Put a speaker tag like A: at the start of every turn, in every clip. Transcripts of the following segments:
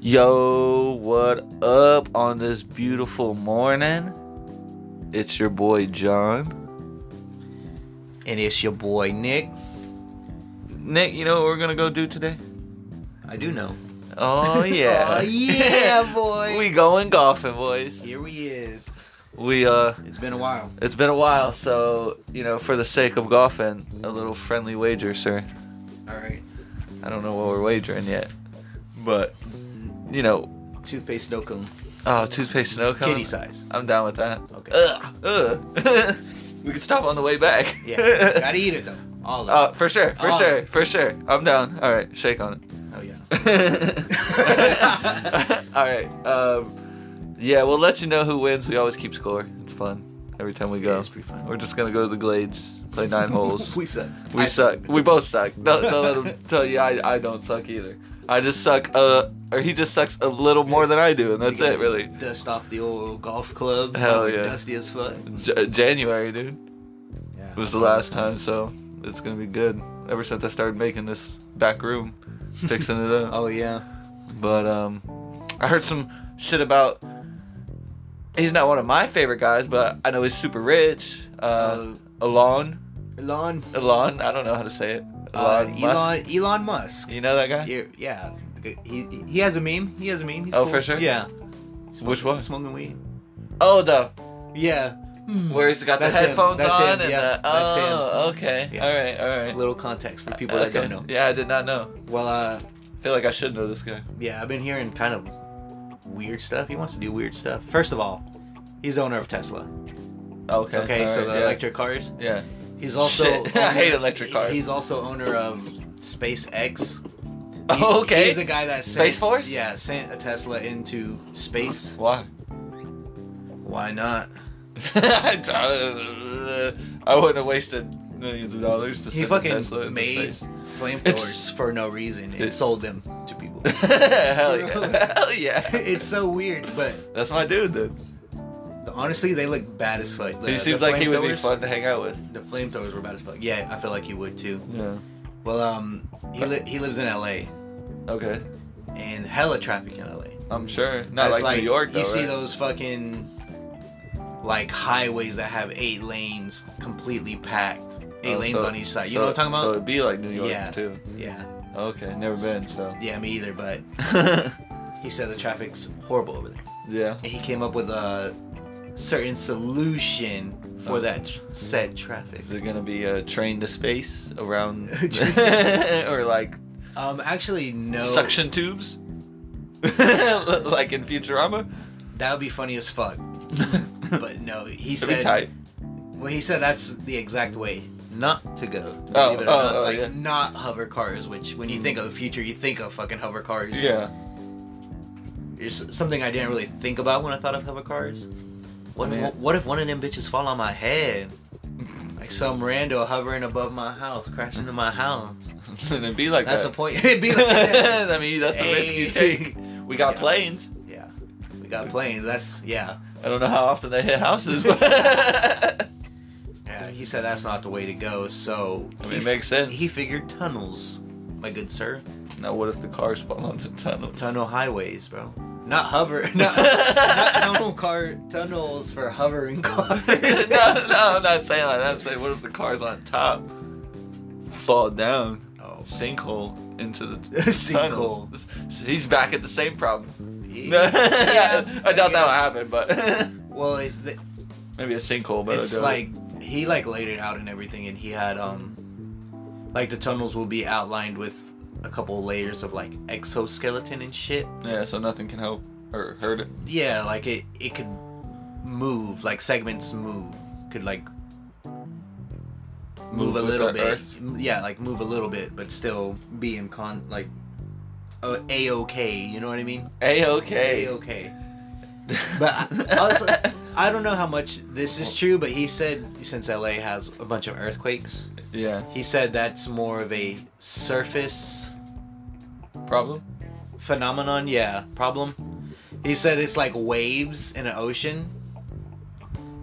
A: Yo, what up on this beautiful morning? It's your boy John.
B: And it's your boy Nick.
A: Nick, you know what we're gonna go do today?
B: I do know.
A: Oh yeah.
B: Oh, yeah, boy.
A: we going golfing, boys.
B: Here he is.
A: We uh
B: It's been a while.
A: it's been a while, so you know, for the sake of golfing, a little friendly wager, sir.
B: All right.
A: I don't know what we're wagering yet. But you know,
B: Toothpaste snow cone.
A: oh toothpaste snow cone.
B: Kitty size.
A: I'm down with that.
B: Okay.
A: Ugh. Ugh. we could stop on the way back.
B: Yeah. Gotta eat it though. All of
A: Uh, for sure, for
B: Oh.
A: sure, for sure. I'm down. All right, shake on it.
B: it. Oh yeah.
A: All right. Um, yeah, we'll let you know who wins. We always keep score. It's fun every time we go.
B: it's pretty fun.
A: We're just gonna go to the Glades, play nine holes.
B: we suck.
A: We
B: I
A: suck. We both suck. Don't, don't let him tell you I, I don't suck either. I just suck. Uh, or he just sucks a little more than I do, and
B: We
A: that's
B: gotta
A: it, really.
B: Dust off the old golf club.
A: Hell
B: We're
A: yeah.
B: Dusty as fuck.
A: J- uh, January, dude,
B: Yeah.
A: was the last time, so it's gonna be good. Ever since I started making this back room, fixing it up.
B: Oh yeah.
A: But um, I heard some shit about. He's not one of my favorite guys, but I know he's super rich. Uh, Elon,
B: Elon.
A: Elon. I don't know how to say it. Elon
B: uh,
A: Musk.
B: Elon. Elon Musk.
A: You know that guy?
B: Yeah. yeah. He, he has a meme. He has a meme. He's
A: Oh,
B: cool.
A: for sure?
B: Yeah.
A: Which one?
B: Smoking weed.
A: Oh, the
B: Yeah.
A: where he's got the
B: That's him.
A: headphones
B: That's
A: on
B: him.
A: and
B: Yeah,
A: the.
B: that's him.
A: Oh, okay.
B: Yeah.
A: All right. All right.
B: Little context for people
A: okay.
B: that don't know.
A: Yeah, I did not know.
B: Well, uh,
A: I feel like I should know this guy.
B: yeah, I've been hearing kind of weird stuff. He wants to do weird stuff. First of all, he's the owner of Tesla.
A: Okay.
B: Okay,
A: all
B: so
A: right,
B: the
A: yeah.
B: electric cars.
A: Yeah.
B: He's also
A: Shit, I hate electric cars.
B: He's also owner of SpaceX. He-
A: Oh, okay.
B: He's the guy that sent,
A: Space Force?
B: Yeah, sent a Tesla into space.
A: Why?
B: Why not?
A: I wouldn't have wasted millions of dollars to
B: He
A: send a Tesla
B: fucking
A: into
B: made
A: space. It's-
B: flamethrowers for no reason and
A: It-
B: sold them to people.
A: Hell yeah.
B: yeah.
A: Hell yeah.
B: it's so weird, but
A: That's my dude, dude.
B: honestly, they look bad as fuck. The-
A: he
B: the
A: seems like he would be
B: flamethrowers-
A: fun to hang out with.
B: The flamethrowers were bad as fuck. Yeah, I feel like he would too.
A: Yeah.
B: Well, um, he li- he lives in L.A.
A: Okay.
B: and hella traffic in L.A.
A: I'm sure. Oh, Not
B: That's
A: like, New York, though.
B: You see
A: right?
B: those fucking like highways that have eight lanes, completely packed, eight
A: Oh,
B: lanes
A: so-
B: on each side. You
A: so-
B: know what
A: So
B: I'm talking about?
A: it'd be like New York,
B: Yeah.
A: too.
B: yeah,
A: Okay. Never been, so.
B: yeah, me either. But he said the traffic's horrible over there,
A: yeah.
B: and he came up with a certain solution for
A: Oh.
B: that tr- said traffic.
A: Is it going to be a train to space around.
B: Train to space.
A: or like
B: Um, actually, no.
A: suction tubes? like in Futurama?
B: That would be funny as fuck. But no, he
A: It'd be
B: said.
A: tight.
B: Well, he said that's the exact way not to go. Believe
A: Oh,
B: it or
A: oh,
B: not.
A: oh,
B: like
A: yeah.
B: not hover cars, which when you think of the future, you think of fucking hover cars.
A: Yeah.
B: It's something I didn't really think about when I thought of hover cars. What,
A: Man.
B: if, what if one of them bitches fall on my head? Like some rando hovering above my house, crashing into my house.
A: and it'd be like
B: That's
A: that.
B: a point. It'd be like that.
A: I mean, that's the risk you
B: Hey.
A: take. We got
B: Yeah.
A: planes.
B: Yeah. We got planes. That's, yeah.
A: I don't know how often they hit houses, but I
B: Yeah, he said that's not the way to go. So
A: mean,
B: he
A: it
B: f-
A: makes sense.
B: He figured tunnels, my good sir.
A: now, what if the cars fall on the tunnels?
B: Tunnel highways, bro. Not hover, not, not tunnel car tunnels for hovering cars.
A: no, no, I'm not saying like that. I'm saying, what if the cars on top fall down,
B: Oh,
A: sinkhole into the
B: Sinkhole.
A: tunnels? He's back at the same problem.
B: yeah,
A: I doubt that will
B: guess.
A: happen, but
B: Well, it, th-
A: maybe a sinkhole. But I
B: it's
A: doubt it.
B: like he like laid it out and everything, and he had um, like the tunnels will be outlined with a couple layers of like exoskeleton and shit.
A: yeah, so nothing can help or hurt it.
B: Yeah, like it it could move, like segments move, could like move, a
A: with
B: little
A: the
B: bit.
A: earth.
B: M- Yeah, like move a little bit, but still be in con like a okay. You know what I mean?
A: A okay.
B: okay. But I, also, I don't know how much this is true, but he said since LA has a bunch of earthquakes,
A: yeah,
B: he said that's more of a surface
A: problem.
B: phenomenon. Yeah, problem. He said it's like waves in an ocean.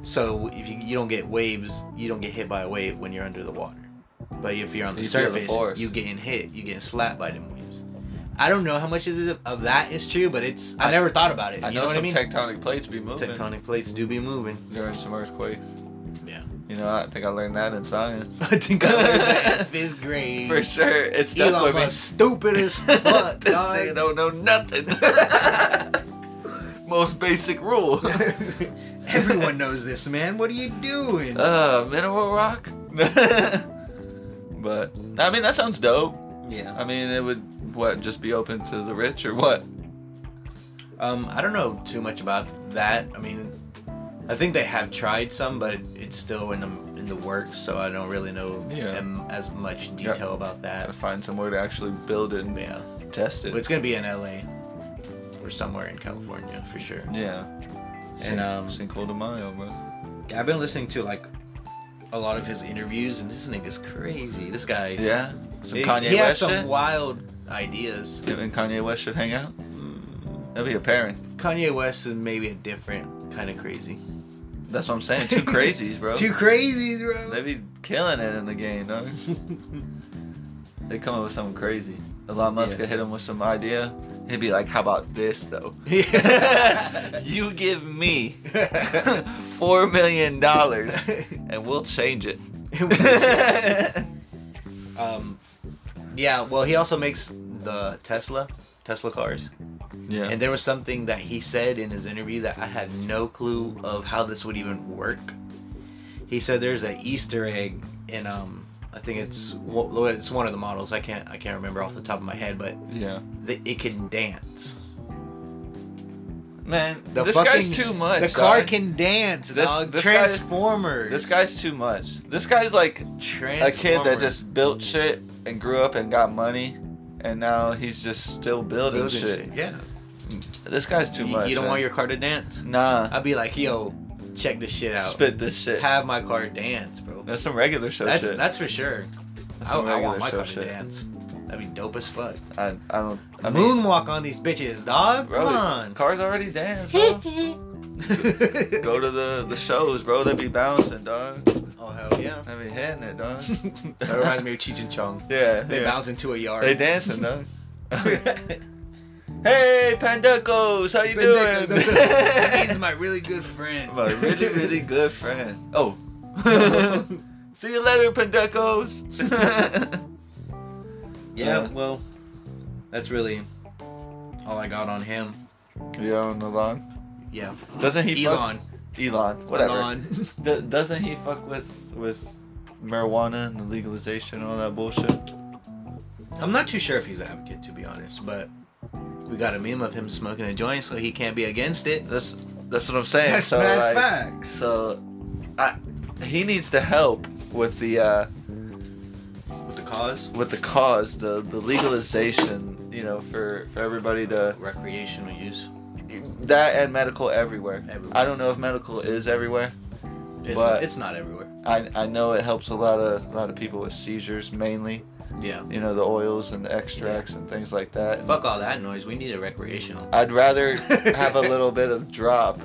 B: So if you, you don't get waves, you don't get hit by a wave when you're under the water. But if you're on the
A: You feel the
B: surface,
A: force.
B: you getting hit, you getting slapped by them waves. I don't know how much is it of that is true, but it's I,
A: I-
B: never thought about it.
A: I
B: you
A: know,
B: know, what
A: some
B: I mean?
A: tectonic plates be moving
B: Tectonic plates do be moving.
A: during some earthquakes.
B: Yeah.
A: You know, I think I learned that in science.
B: I think I learned that in fifth grade.
A: For sure, it's stuck
B: Elon
A: with me.
B: Musk stupid as fuck,
A: this nigga
B: dog.
A: don't know nothing. Most basic rule.
B: Everyone knows this, man. What are you doing?
A: uh, mineral rock. but I mean, that sounds dope.
B: yeah.
A: I mean, it would what just be open to the rich or what?
B: Um, I don't know too much about that. I mean, I think they have tried some, but it, it's still in the in the works, so I don't really know
A: Yeah.
B: em- as much
A: Yeah.
B: detail about
A: Gotta
B: that.
A: find somewhere to actually build it and
B: Yeah.
A: test it.
B: But it's gonna be in LA or somewhere in California for sure.
A: yeah. Sink-
B: um,
A: sinkhole to Mayo, bro.
B: I've been listening to like a lot of his interviews, and this nigga's crazy. This guy's
A: Yeah. Some
B: he,
A: Kanye
B: he has
A: West
B: some
A: shit.
B: wild ideas.
A: Him and Kanye West should hang out. That'd be a pairing.
B: Kanye West is maybe a different kind of crazy.
A: That's what I'm saying. Two crazies, bro.
B: Two crazies, bro.
A: They be killing it in the game, dog. they come up with something crazy. Elon Musk
B: Yeah.
A: could hit him with some idea. He'd be like, "How about this though?
B: Yeah.
A: you give me four million dollars, and we'll change it."
B: um, yeah. Well, he also makes the Tesla, Tesla cars,
A: yeah.
B: and there was something that he said in his interview that I had no clue of how this would even work. He said there's an Easter egg in um, I think it's wo- it's one of the models. I can't I can't remember off the top of my head, but
A: yeah.
B: th- it can dance.
A: Man,
B: The
A: this
B: fucking-
A: guy's too much.
B: The car
A: dog.
B: can dance,
A: This-
B: dog.
A: this guy's-
B: Transformers.
A: This guy's too much. This guy's like a
B: Transformers.
A: kid that just built shit and grew up and got money, and now he's just still building,
B: building
A: shit.
B: shit. Yeah.
A: This guy's too
B: You-
A: much.
B: You don't
A: man.
B: want your car to dance?
A: nah.
B: I'd be like, yo, check this shit out.
A: Spit this shit.
B: Have my car dance, bro.
A: That's some regular show
B: that's
A: shit.
B: that's for sure.
A: That's
B: I,
A: some
B: I
A: regular
B: want my
A: show
B: car
A: shit.
B: to dance. That'd be dope as fuck.
A: I, I don't. I mean,
B: Moonwalk on these bitches, dog.
A: bro,
B: Come on.
A: cars already dance, bro. Go to the the shows, bro. They be bouncing, dog.
B: oh hell yeah.
A: They be hitting it, dog.
B: That reminds me of Cheech and Chong.
A: Yeah,
B: They
A: yeah.
B: bounce into a yard.
A: They dancing, dog. hey, Pandecos, how you
B: Bendigo,
A: doing?
B: that's a- that means my really good friend.
A: My really, really good friend. Oh. See you later, Pandecos.
B: Yeah,
A: Yeah.
B: well, that's really all I got on him.
A: yeah, on Elon.
B: Yeah.
A: Doesn't he
B: Elon.
A: fuck Elon? Whatever.
B: Elon.
A: Do- doesn't he fuck with with marijuana and the legalization and all that bullshit?
B: I'm not too sure if he's an advocate, to be honest, but we got a meme of him smoking a joint, so he can't be against it.
A: That's that's what I'm saying.
B: That's
A: so,
B: mad
A: like,
B: facts.
A: So, I, he needs to help with the uh,
B: With the cause,
A: with the cause, the the legalization. You know, for for everybody to
B: recreational use.
A: that and medical everywhere.
B: Everywhere.
A: I don't know if medical is everywhere.
B: It's,
A: But-
B: it's not everywhere.
A: I I know it helps a lot of a lot of people with seizures mainly.
B: Yeah.
A: You know, the oils and the extracts and things like that.
B: Fuck all that noise. We need a recreational
A: I'd rather have a little bit of drop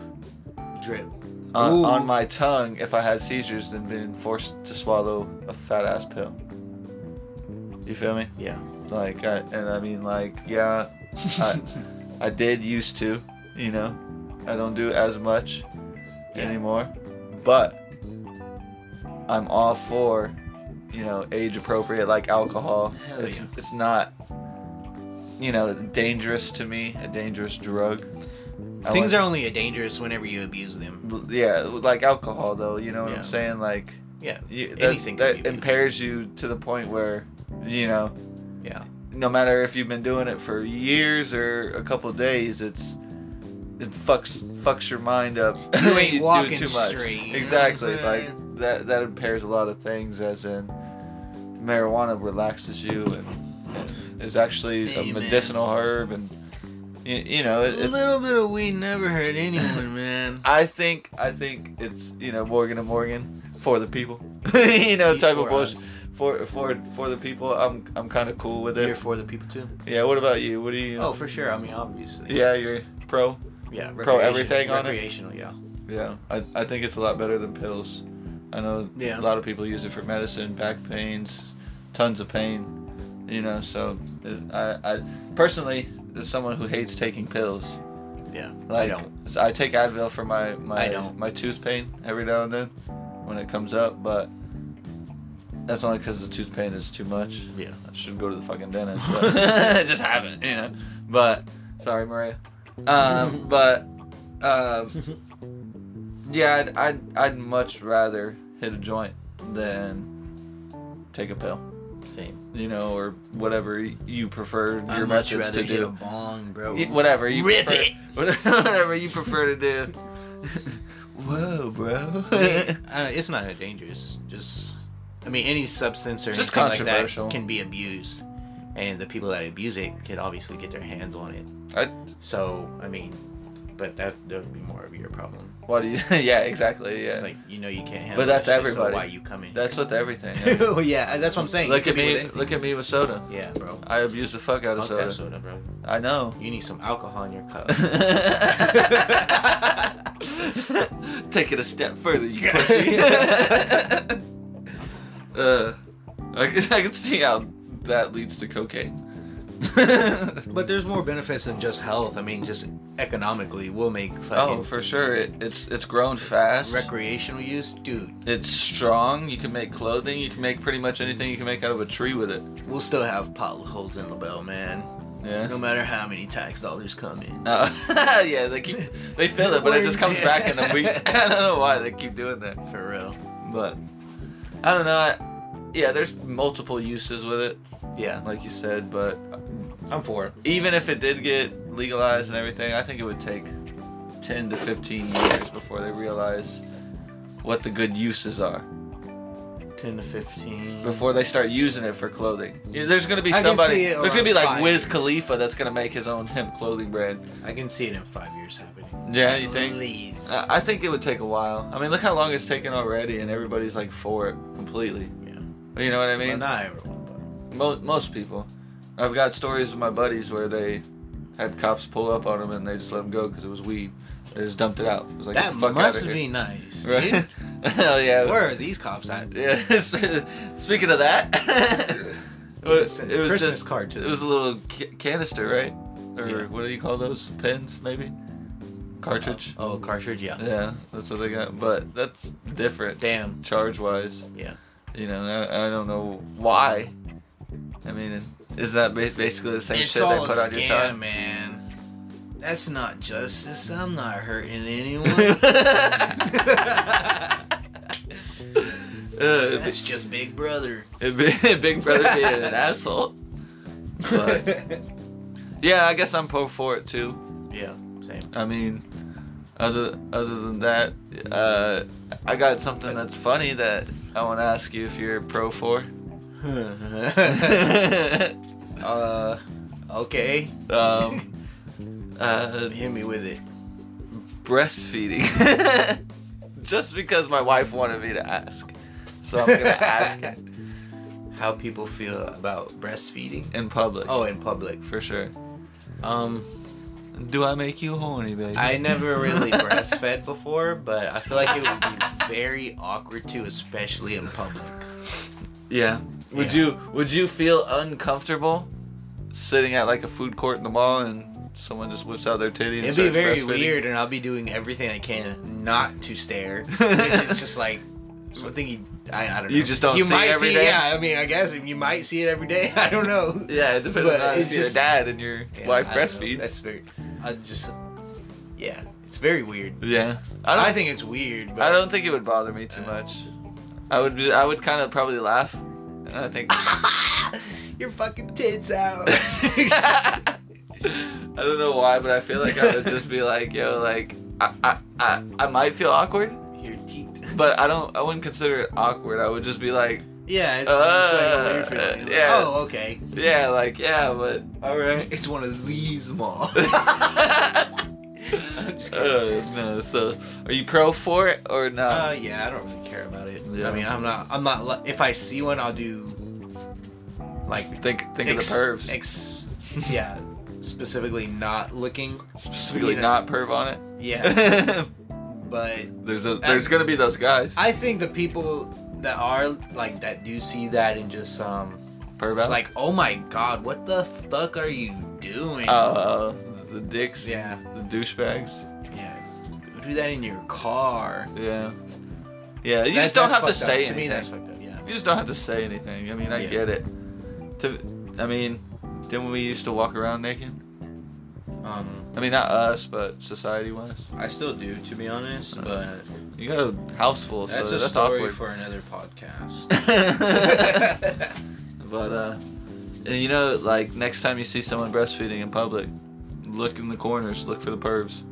B: drip.
A: on,
B: Ooh.
A: on my tongue if I had seizures than being forced to swallow a fat ass pill. You feel me?
B: Yeah.
A: Like, I, and I mean, like, yeah, I, I did used to, you know, I don't do as much
B: Yeah.
A: anymore, but I'm all for, you know, age appropriate like alcohol.
B: Hell
A: it's
B: yeah.
A: it's not, you know, dangerous to me, a dangerous drug. I
B: Things
A: want-
B: are only dangerous whenever you abuse them.
A: yeah, like alcohol though. You know what
B: Yeah.
A: I'm saying? Like
B: Yeah.
A: you, that,
B: Anything can
A: that
B: be
A: impairs you to the point where you know,
B: Yeah.
A: no matter if you've been doing it for years or a couple days, it's it fucks fucks your mind up.
B: You ain't
A: do it
B: walking straight, you know what I'm
A: Exactly.
B: saying?
A: Like that that impairs a lot of things. As in, marijuana relaxes you and, and is actually
B: Amen.
A: a medicinal herb, and you, you know it,
B: A
A: it's
B: little bit of weed never hurt anyone, man.
A: I think I think it's you know Morgan and Morgan for the people, you know type of
B: Before
A: bullshit
B: us.
A: for for for the people. I'm I'm kind of cool with it.
B: Here for the people too.
A: yeah. What about you? What do you?
B: Oh, for sure. I mean, obviously.
A: yeah, you're pro.
B: Yeah.
A: Pro
B: recreation-
A: everything on it?
B: recreational, yeah.
A: Yeah, I I think it's a lot better than pills. I know
B: Yeah.
A: a lot of people use it for medicine, back pains, tons of pain. You know, so uh, I, I personally, as someone who hates taking pills,
B: Yeah, I
A: like,
B: don't.
A: s- I take Advil for my my
B: I don't.
A: my tooth pain every now and then when it comes up, but that's only because the tooth pain is too much.
B: Yeah.
A: I should go to the fucking dentist, but I just haven't, you know. But sorry, Maria. Um, but um, yeah, I'd, I'd I'd much rather hit a joint than take a pill,
B: Same.
A: you know, or whatever you prefer your
B: I'd much
A: methods
B: rather
A: to
B: hit
A: do.
B: a bong, bro.
A: Y- whatever you
B: Rip
A: prefer,
B: it.
A: whatever you prefer to do. Whoa, bro.
B: I mean, I don't- it's not that dangerous. Just, I mean, any substance or
A: Just
B: anything like
A: controversial.
B: that can be abused, and the people that abuse it could obviously get their hands on it.
A: I,
B: So, I mean, but that that would be more of your problem.
A: what do you? Yeah, exactly. Yeah,
B: It's like you know you can't handle.
A: But that's
B: that shit,
A: everybody.
B: So why you coming?
A: that's with everything. yeah.
B: oh yeah, that's what I'm saying.
A: look
B: It
A: at
B: could be with
A: me.
B: anything.
A: Look at me with soda.
B: Yeah, bro.
A: I abuse the fuck out of
B: Fuck that
A: soda.
B: soda, bro.
A: I know.
B: You need some alcohol in your cup.
A: Take it a step further, you pussy. uh, I can, I can see how that leads to cocaine.
B: but there's more benefits than just health. I mean, just economically, we'll make
A: oh,
B: fucking
A: for sure. It, it's it's grown fast.
B: recreational use, dude.
A: It's strong. You can make clothing. You can make pretty much anything you can make out of a tree with it.
B: We'll still have potholes in LaBelle, man. No
A: Yeah.
B: matter how many tax dollars come in.
A: Uh, yeah, they keep they fill it, but it just comes back in a week. I don't know why they keep doing that,
B: For real.
A: but I don't know. I, yeah, there's multiple uses with it,
B: Yeah.
A: like you said. But
B: I'm for it.
A: even if it did get legalized and everything, I think it would take 10 to 15 years before they realize what the good uses are
B: 10 to 15.
A: before they start using it for clothing. Yeah, there's gonna be
B: I can
A: somebody.
B: see it
A: There's gonna be
B: around
A: like
B: five
A: Wiz
B: years.
A: Khalifa that's gonna make his own hemp clothing brand.
B: I can see it in five years happening.
A: Yeah, you think? Uh,
B: Please.
A: I I think it would take a while. I mean, look how long it's taken already, and everybody's like for it completely.
B: yeah.
A: You know what I
B: Well,
A: mean?
B: not everyone,
A: Mo- most people. I've got stories of my buddies where they had cops pull up on them and they just let them go because it was weed. They just dumped it out. It was
B: but
A: like,
B: that
A: get the fuck
B: must
A: out of
B: be
A: here.
B: nice,
A: Right?
B: dude.
A: Hell yeah.
B: Where are these cops at?
A: Yeah. Speaking of that, it was, it was
B: Christmas
A: just-
B: card to
A: It was a little ca- canister, right? Or
B: Yeah.
A: what do you call those? Pins, maybe? Cartridge.
B: Oh, cartridge, yeah.
A: Yeah, that's what I got. But that's different.
B: Damn.
A: Charge wise,
B: Yeah.
A: you know, I, I don't know why. I mean, is that ba- basically the same
B: It's
A: shit they
B: all a
A: put on your
B: scam,
A: charge?
B: man. That's not justice. I'm not hurting anyone.
A: uh, it'd
B: That's just Big Brother.
A: be- it'd be- Big Brother being an asshole. But yeah, I guess I'm pro for it too.
B: yeah, same.
A: I mean, other other than that, uh, I got something that's funny that I want to ask you if you're pro for.
B: uh, okay.
A: um, uh,
B: Hit me with it.
A: breastfeeding. Just because my wife wanted me to ask, so I'm gonna ask it
B: How people feel about breastfeeding?
A: in public
B: Oh, in public.
A: for sure.
B: Um,
A: Do I make you horny, baby?
B: I never really breastfed before, but I feel like it would be very awkward to, especially in public.
A: Yeah. Would
B: Yeah.
A: you Would you feel uncomfortable sitting at like a food court in the mall and someone just whips out their titty? And
B: It'd be
A: starts
B: very
A: breastfeeding?
B: weird, and I'll be doing everything I can not to stare, which is just like something you. I, I don't know.
A: You just don't
B: You
A: see
B: might
A: it every
B: see,
A: day?
B: yeah. I mean, I guess you might see it every day. I don't know.
A: Yeah, it depends
B: But
A: on
B: it's
A: if your
B: just-
A: dad and your
B: Yeah,
A: wife
B: I don't know.
A: breastfeeds.
B: That's very. I just. Yeah, it's very weird.
A: yeah.
B: I,
A: I don't, I,
B: think it's weird. But
A: don't think it would bother me too
B: Uh,
A: much. I would be- I would kind of probably laugh. And I think
B: Your fucking tits out.
A: I don't know why, but I feel like I would just be like, yo, like I, I, I, I might feel awkward,
B: Your teeth.
A: but I don't I wouldn't consider it awkward. I would just be like,
B: Yeah, it's
A: Uh,
B: just like a weird feeling. Like,
A: yeah.
B: Oh, okay.
A: yeah, like yeah, but all right.
B: It's one of these mall. I'm just kidding.
A: Uh, no, so are you pro for it or not?
B: Uh, yeah, I don't really care about it.
A: Um, Yeah.
B: I mean, I'm not. I'm not. li- If I see one, I'll do. Like
A: think think
B: ex-
A: of the pervs.
B: Ex, yeah, specifically not looking.
A: Specifically
B: you know.
A: not perv on
B: Yeah, Uh,
A: it.
B: but
A: There's those, there's gonna be those guys.
B: I think the people that are like that do see that and just um
A: Per
B: It's
A: battle?
B: like, oh my god, what the fuck are you doing?
A: uh, the dicks.
B: Yeah.
A: The douchebags.
B: yeah, do that in your car.
A: Yeah. Yeah. You
B: That-
A: just don't
B: that's
A: have to
B: fucked up.
A: say
B: To
A: anything.
B: me, that's fucked up. Yeah.
A: You just don't have to say anything. I mean, I
B: Yeah.
A: get it. To, I mean, didn't we used to walk around naked?
B: Um,
A: I mean, not us, but society-wise.
B: I still do, to be honest, but
A: You got a house full, so
B: that's
A: that's,
B: a story
A: awkward.
B: for another podcast.
A: but uh, and you know, like next time you see someone breastfeeding in public, look in the corners, look for the pervs.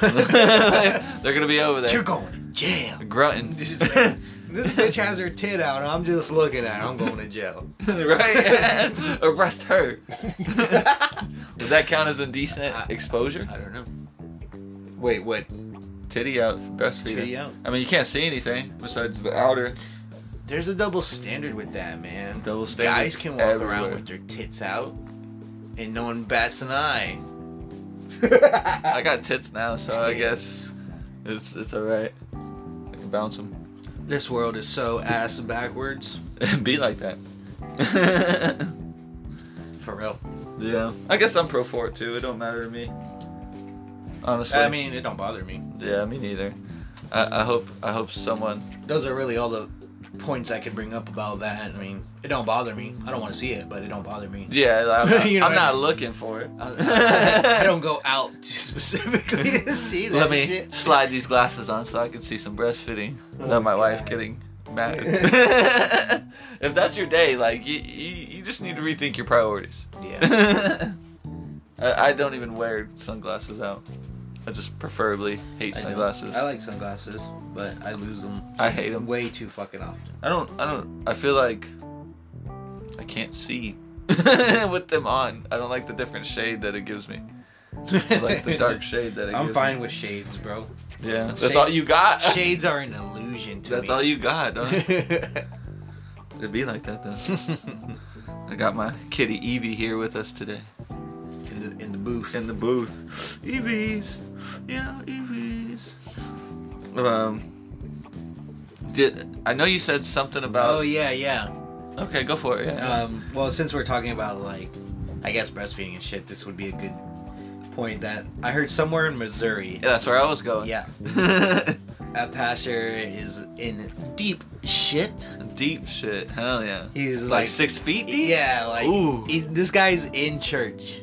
A: They're gonna be over there
B: You're going to jail.
A: grunting,
B: This, is- this bitch has her tit out. and I'm just looking at. her. I'm going to jail.
A: right? Arrest her. Would that count as indecent exposure?
B: I don't know. Wait, what?
A: Titty out, breastfeeding.
B: Titty out.
A: I mean, you can't see anything besides the outer.
B: There's a double standard with that, man.
A: Double standard
B: Guys can walk around
A: everywhere.
B: with their tits out, and no one bats an eye.
A: I got tits now, so I guess it's it's all right. I can bounce them.
B: This world is so ass backwards.
A: be like that.
B: For real.
A: yeah. I guess I'm pro for it too. It don't matter to me. Honestly.
B: I mean, it don't bother me.
A: yeah, me neither. I, I hope I hope someone.
B: Those are really all the points I could bring up about that. I mean, it don't bother me. I don't want to see it, but it don't bother me.
A: Yeah, I'm not,
B: You know
A: I'm
B: what I
A: not
B: mean.
A: looking for it.
B: I, I don't go out specifically to see that
A: Let me
B: shit. Oh
A: slide these glasses on so I can see some breastfeeding without my wife
B: God.
A: getting mad. if that's your day, like you, you, you just need to rethink your priorities.
B: Yeah.
A: I, I don't even wear sunglasses out. I just preferably hate
B: I don't-
A: sunglasses.
B: I like sunglasses, but I lose them
A: I hate them.
B: way too fucking often.
A: I don't. I don't. I feel like I can't see with them on. I don't like the different shade that it gives me. I like the dark shade that it
B: I'm
A: gives
B: fine with shades, bro.
A: me. Yeah, that's
B: Shade-
A: all you got.
B: Shades are an illusion to
A: That's
B: me.
A: all you got. Don't it?
B: you.
A: It'd be like that though. I got my kitty Evie here with us today
B: in the in the booth.
A: in the booth. Evies, yeah, Evies. Um, did I know you said something
B: oh
A: about?
B: yeah, yeah.
A: Okay, go for it. Yeah.
B: Um, well, since we're talking about like, I guess breastfeeding and shit, this would be a good point that I heard somewhere in Missouri.
A: Yeah, that's where I was going.
B: Yeah, a pastor is in deep shit.
A: Deep shit. Hell yeah.
B: He's
A: Like,
B: like,
A: six feet deep?
B: Yeah, like
A: Ooh.
B: he- this guy's in church,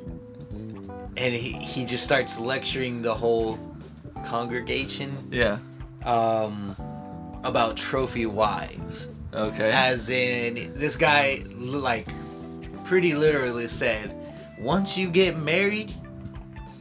B: and he he just starts lecturing the whole congregation
A: Yeah.
B: um about trophy wives.
A: Okay.
B: As in, this guy, like, pretty literally said, once you get married,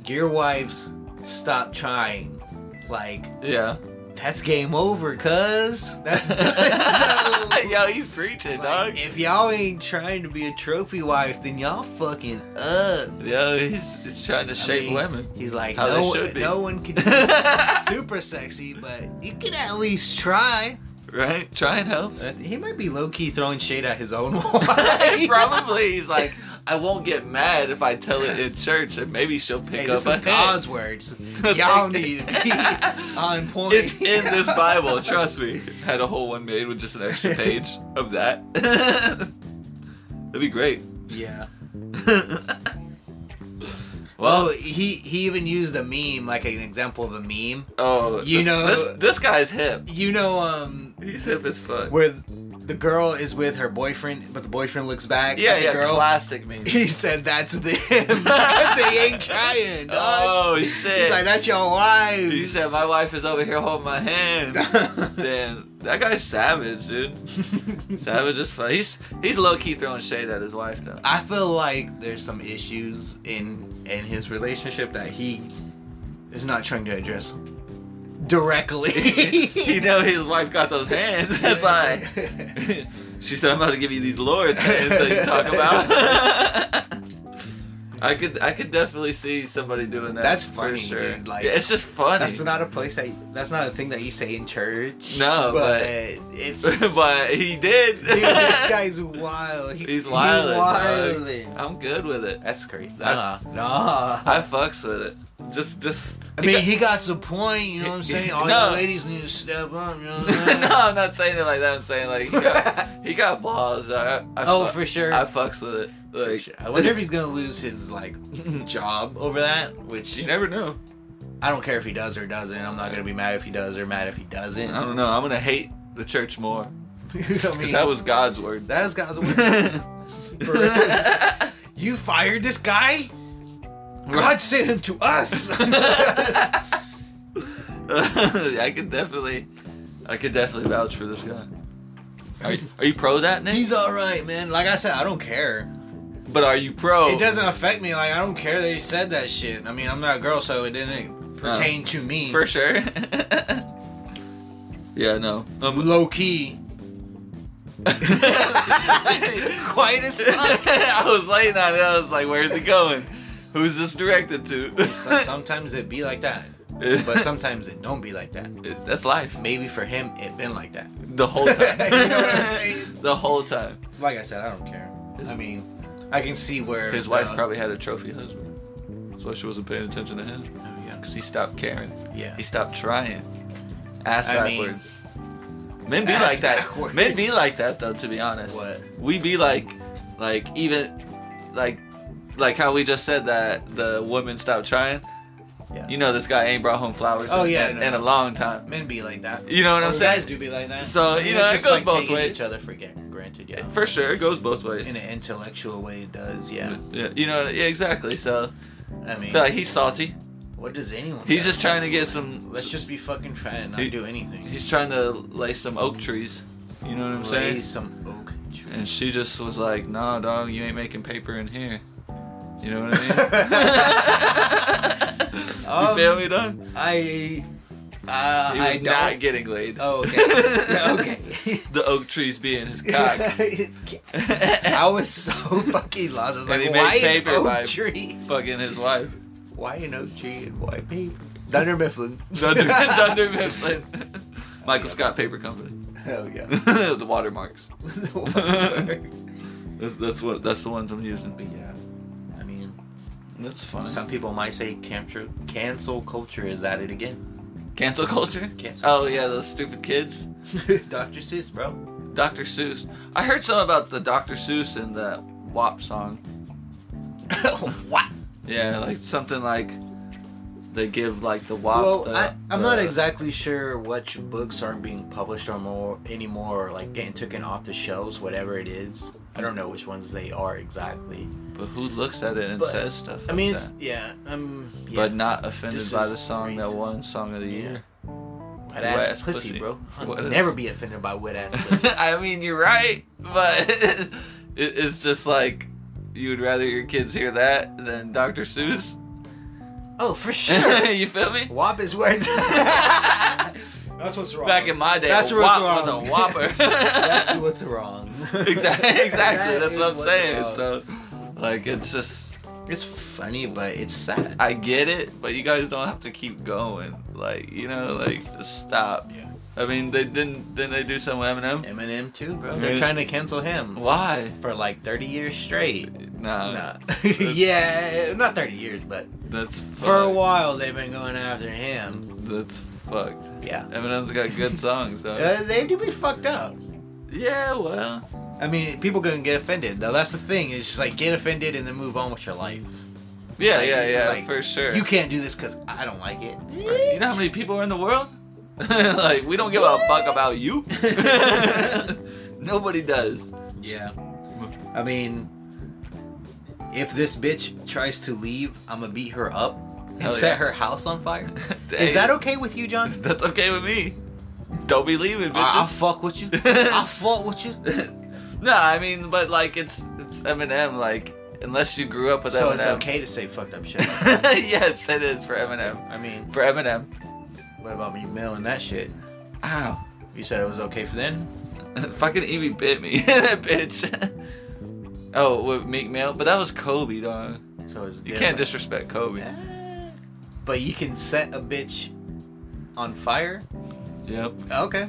B: your wives stop trying. Like,
A: yeah.
B: that's game over, cuz. That's so,
A: Yo, you preaching, dog.
B: like, If y'all ain't trying to be a trophy wife, then y'all fucking up.
A: Yo, he's, he's trying to
B: I
A: shape
B: mean,
A: women.
B: He's like,
A: How they
B: no,
A: should be."
B: no one can be super sexy, but you can at least try.
A: Right? Try and help.
B: He might be low key throwing shade at his own
A: Right,
B: wife.
A: Probably he's like, I won't get mad if I tell it in church and maybe she'll pick
B: Hey,
A: up
B: this
A: a
B: is
A: hint."
B: God's words. Y'all need to be on point.
A: It's in this Bible, trust me. Had a whole one made with just an extra page of that. That'd be great.
B: Yeah. Well,
A: well,
B: Oh, he he even used a meme, like an example of a meme.
A: oh,
B: you
A: this,
B: know-
A: this this guy's hip.
B: You know, um,
A: He's hip as fuck.
B: where the girl is with her boyfriend, but the boyfriend looks back.
A: Yeah,
B: at the
A: yeah,
B: Girl.
A: classic man.
B: he said that's them because they ain't trying. Dog.
A: Oh
B: He's
A: shit!
B: like that's your wife.
A: he said my wife is over here holding my hand. Damn, that guy's savage, dude. Savage is fun. He's he's low key throwing shade at his wife though.
B: I feel like there's some issues in in his relationship that he is not trying to address directly.
A: you know his wife got those hands. That's why. She said, "I'm about to give you these lords hands that you talk about." I could I could definitely see somebody doing that.
B: That's
A: for
B: funny,
A: sure.
B: dude, like,
A: Yeah, it's just funny.
B: That's not a place that that's not a thing that you say in church.
A: No,
B: but,
A: but-
B: it's
A: but he did.
B: dude, this guy's wild. He-
A: He's
B: he
A: wildin', dog.
B: wildin'.
A: I'm good with it.
B: That's crazy.
A: That's-
B: Nah, nah.
A: I fucks with it. just just.
B: I mean, he got the point. You know what I'm saying? All
A: No.
B: you ladies need to step up. You know what I'm saying?
A: no, I'm not saying it like that. I'm saying like he got, he got balls. I, I
B: Oh,
A: fu-
B: for sure.
A: I fucks with it.
B: For
A: Like
B: sure. I wonder if he's gonna lose his like job over that. Which
A: you never know.
B: I don't care if he does or doesn't. I'm not gonna be mad if he does or mad if he
A: I
B: doesn't.
A: don't know. I'm gonna hate the church more
B: I
A: because
B: mean,
A: that was God's word.
B: that's God's word. For real. you fired this guy? God sent him to us.
A: I could definitely, I could definitely vouch for this guy. Are you, are you pro that, Nick?
B: he's all right, man. Like I said, I don't care.
A: but are you pro?
B: It doesn't affect me. Like I don't care that he said that shit. I mean, I'm not a girl, so it didn't
A: Uh,
B: pertain to me.
A: for sure. yeah, no. Um,
B: low key. Quiet as fuck.
A: I was waiting on it. I was like, "Where's it going? Who's this directed to?"
B: So- sometimes it be like that, but sometimes it don't be like that.
A: That's life.
B: Maybe for him, it been like that.
A: The whole time.
B: You know what I'm saying?
A: The whole time.
B: Like I said, I don't care. I mean, I can see where
A: His wife
B: the-
A: probably had a trophy husband. That's why she wasn't paying attention to him.
B: Yeah.
A: Because he stopped caring.
B: Yeah.
A: He stopped trying. Ass
B: I mean-
A: backwards. Men be
B: Ass
A: like that.
B: backwards.
A: Men be like that though, to be honest.
B: What?
A: We be like like even like like how we just said that the woman stopped trying.
B: Yeah.
A: You know this guy ain't brought home flowers
B: Oh,
A: in,
B: yeah,
A: in,
B: no,
A: in a
B: no.
A: long time.
B: Men be like that.
A: You know what I'm
B: Or
A: saying?
B: Guys do be like that.
A: So, you know, it
B: just
A: goes
B: like
A: both
B: taking
A: ways.
B: Each other for granted. Granted, yeah.
A: For sure, it goes both ways.
B: In an intellectual way, it does. Yeah.
A: Yeah, you know, yeah, exactly. So
B: I
A: I
B: mean,
A: feel like he's salty.
B: what does anyone?
A: He's
B: got?
A: just trying to get some.
B: Let's just be fucking fat and not
A: He-
B: do anything.
A: He's trying to lay some oak trees. You know what I'm saying?
B: Raise some oak tree.
A: And she just was like, "Nah, dog, you ain't making paper in here." You know what I mean? you
B: Um,
A: feel me, dog?
B: I. Uh,
A: He was
B: I
A: not
B: don't.
A: getting laid.
B: Oh, okay. okay.
A: the oak trees being his cock.
B: His cock. I was so fucking lost. I was
A: And he
B: like,
A: made
B: why an
A: paper
B: oak
A: by-
B: tree?
A: Fucking his wife,
B: Why an oak tree and why paper? Dunder Mifflin.
A: Dunder, Dunder Mifflin, Michael Scott Paper Company,
B: Hell yeah.
A: the watermarks.
B: but
A: That's, that's what. That's the ones I'm using.
B: yeah, I mean,
A: That's fun.
B: some people might say cancel cancel culture is at it again.
A: Cancel culture?
B: Cancel.
A: Oh yeah, those stupid kids.
B: Dr. Seuss, bro.
A: Dr. Seuss. I heard something about the Dr. Seuss and that WAP song.
B: what?
A: Yeah, like something like they give like the WAP.
B: Well,
A: the,
B: I, I'm not
A: the-
B: exactly sure which books aren't being published or more anymore, or like getting taken off the shelves, whatever it is. I don't know which ones they are exactly.
A: But who looks at it and
B: But,
A: says stuff?
B: I
A: like
B: mean, it's,
A: that?
B: yeah, um, yeah.
A: but not offended
B: This
A: by
B: is
A: the song that
B: racist.
A: won Song of the Year.
B: wet ass
A: wet-ass
B: pussy,
A: pussy.
B: bro. I'll
A: Wet-ass.
B: never be offended by wet ass pussy.
A: I mean, you're right, but it, it's just like you would rather your kids hear that than Dr. Seuss.
B: oh, for sure.
A: you feel me?
B: WAP is where it's. That's what's wrong.
A: Back in my day,
B: That's
A: a
B: what's
A: WAP was
B: wrong.
A: a whopper.
B: That's what's wrong.
A: exactly, exactly.
B: That
A: That's
B: is
A: what I'm
B: what's
A: saying.
B: wrong.
A: So, like, it's just
B: it's funny, but it's sad.
A: I get it, but you guys don't have to keep going. Like, you know, like just stop.
B: Yeah.
A: I mean, they didn't. Didn't they do some Eminem?
B: Eminem too, bro.
A: Yeah.
B: They're trying to cancel him
A: Why?
B: for like 30 years straight.
A: Nah,
B: Nah. yeah, not 30 years, but
A: that's fucked.
B: for a while they've been going after him.
A: That's fucked.
B: Yeah.
A: Eminem's got good songs though.
B: Uh, they do be fucked up.
A: yeah, well,
B: I mean, people gonna get offended. Though that's the thing. It's just like get offended and then move on with your life.
A: yeah,
B: Like,
A: yeah,
B: it's
A: yeah,
B: like,
A: for sure.
B: You can't do this because I don't like it.
A: you know how many people are in the world? like, we don't give a fuck about you. Nobody does.
B: Yeah. I mean, if this bitch tries to leave, I'm gonna beat her up and
A: Hell yeah.
B: set her house on fire. Is that okay with you, John?
A: That's okay with me. Don't be leaving,
B: I- I'll
A: bitches.
B: fuck with you. I'll fuck with you.
A: no, I mean, but like it's it's Eminem. Like unless you grew up with
B: So
A: Eminem,
B: it's okay to say fucked up shit.
A: yes, it is for Eminem.
B: I mean,
A: For Eminem.
B: what about me mailing that shit?
A: Ow.
B: You said it was okay for them?
A: Fucking Evie bit me, that bitch. oh, with Meek Mill, but that was Kobe, dog.
B: So it's
A: You can't
B: different.
A: disrespect Kobe.
B: But you can set a bitch on fire?
A: Yep.
B: Okay.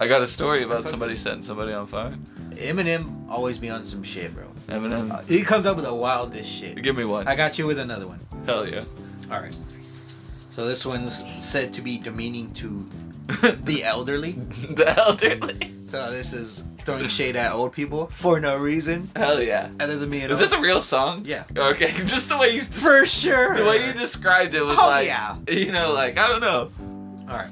A: I got a story about somebody setting somebody on fire.
B: Eminem always be on some shit, bro.
A: Eminem,
B: He comes Uh, up with the wildest shit.
A: give me one.
B: I got you with another one.
A: Hell yeah.
B: All right. So this one's said to be demeaning to the elderly.
A: the elderly.
B: So this is throwing shade at old people for no reason
A: Hell yeah.
B: other than me and
A: Is this a real song?
B: Yeah.
A: Okay, just the way you des-
B: for sure.
A: the way you described it was
B: Oh,
A: like
B: yeah.
A: you know, like I don't know.
B: All right.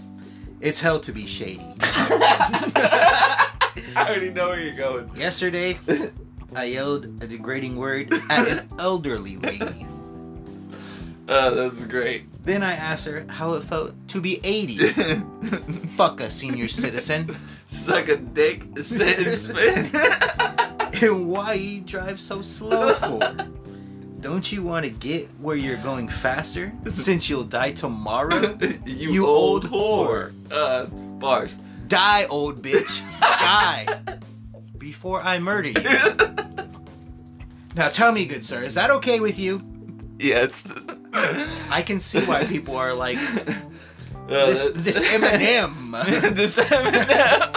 B: It's held to be shady.
A: I already know where you're going.
B: Yesterday, I yelled a degrading word at an elderly lady.
A: Oh, that's great.
B: Then I asked her how it felt to be 80. Fuck a senior citizen.
A: Suck a dick, sit and spin.
B: And why you drive so slow for? Don't you want to get where you're going faster since you'll die tomorrow?
A: you,
B: You
A: old,
B: old
A: whore. Uh, bars.
B: Die, old bitch. Die. Before I murder you. Now tell me, good sir, is that okay with you?
A: yes.
B: I can see why people are like,
A: Uh,
B: this,
A: that-
B: this Eminem.
A: this Eminem.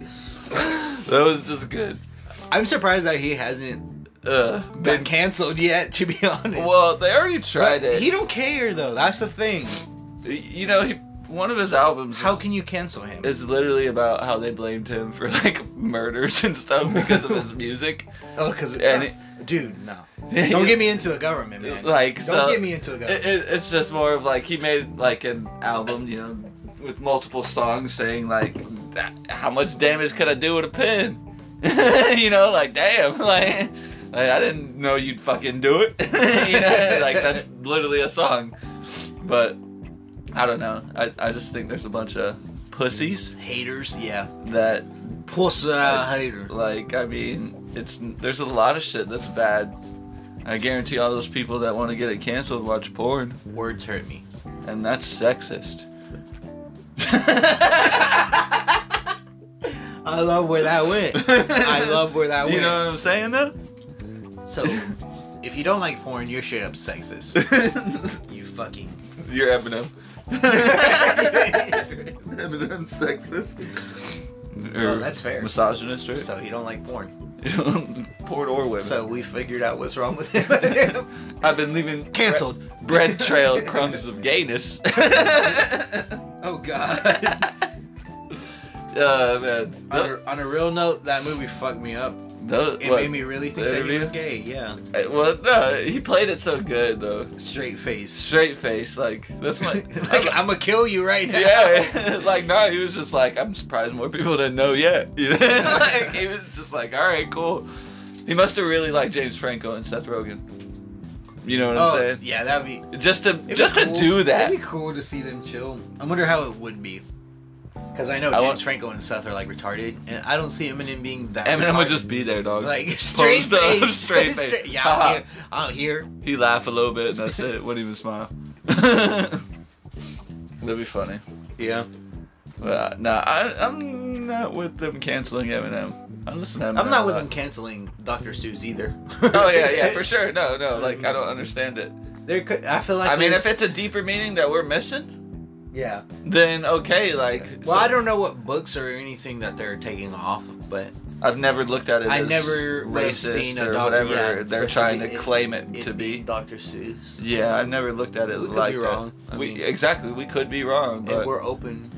A: that was just good.
B: I'm surprised that he hasn't
A: Uh,
B: been
A: been,
B: canceled yet, to be honest.
A: well, they already
B: But
A: tried it.
B: He don't care though. That's the thing.
A: you know, he one of his albums
B: How
A: is,
B: can you cancel him?
A: is literally about how they blamed him for like murders and stuff because of his music.
B: Oh, because
A: And it-
B: dude, no. Don't get me into the government, man.
A: Like,
B: don't
A: so-
B: get me into the
A: It,
B: government.
A: it, it's just more of like he made like an album, you know, with multiple songs saying like, "That- how much damage could I do with a pen? you know, like damn, like, like, I didn't know you'd fucking do it. you know, like that's literally a song. But I don't know. I, I just think there's a bunch of pussies
B: Haters, yeah.
A: that
B: Pussy hater.
A: like I mean, it's there's a lot of shit that's bad. I guarantee all those people that want to get it canceled watch porn.
B: Words hurt me.
A: And that's sexist.
B: I love where that went. I love where that
A: You
B: went.
A: know what I'm saying though?
B: So, if you don't like porn, you're straight up sexist. you fucking.
A: You're Eminem. Eminem sexist.
B: Oh, that's fair.
A: Misogynist, right?
B: So he don't like porn.
A: Porn or women.
B: So we figured out what's wrong with him.
A: I've been leaving bre-
B: Cancelled.
A: bread trail crumbs of gayness.
B: Oh god.
A: uh, man.
B: on, a, on a real note, that movie fucked me up.
A: Tho-
B: It
A: what?
B: made me really think
A: The
B: that he
A: interview?
B: was gay. Yeah.
A: Uh, Well, no, he played it so good though.
B: Straight face.
A: Straight face, like that's my.
B: like I'm gonna kill you right now.
A: yeah, like no, he was just like, I'm surprised more people didn't know yet. You know, like he was just like, all right, cool. He must have really liked James Franco and Seth Rogen. You know what I'm
B: Oh,
A: saying?
B: yeah, that'd be
A: Just to
B: it'd
A: just
B: be
A: to
B: cool-
A: do that.
B: It'd be cool to see them chill. I wonder how it would be. Cause I know
A: I
B: James
A: want-
B: Franco and Seth are like retarded, and I don't see Eminem being that.
A: Eminem
B: retarded.
A: would just be there, dog.
B: like straight
A: Posed up,
B: face,
A: straight face.
B: Straight- Yeah,
A: Ha ha.
B: I'm here. I'm here.
A: He laugh a little bit and that's it. Wouldn't even smile. That'd be funny.
B: Yeah,
A: But, uh, nah, I, I'm not with them canceling Eminem. I listen to Eminem.
B: I'm not with
A: a lot.
B: them canceling Dr. Seuss either.
A: Uh, Oh yeah, yeah, for sure. No, no, like I don't understand it.
B: There could, I feel like.
A: I mean,
B: there's-
A: if it's a deeper meaning that we're missing,
B: yeah.
A: then okay. Like,
B: Well,
A: so-
B: I don't know what books or anything that they're taking off, but
A: I've never looked at it.
B: I
A: as
B: never would have
A: racist
B: seen a
A: or
B: doctor.
A: whatever
B: yeah,
A: they're
B: especially
A: trying to
B: it-
A: claim it,
B: it
A: to
B: being
A: be.
B: Dr. Seuss.
A: Yeah, I never looked at it
B: We could
A: like
B: be
A: that.
B: wrong. I
A: we
B: mean-
A: exactly we could be wrong,
B: and
A: but
B: we're open,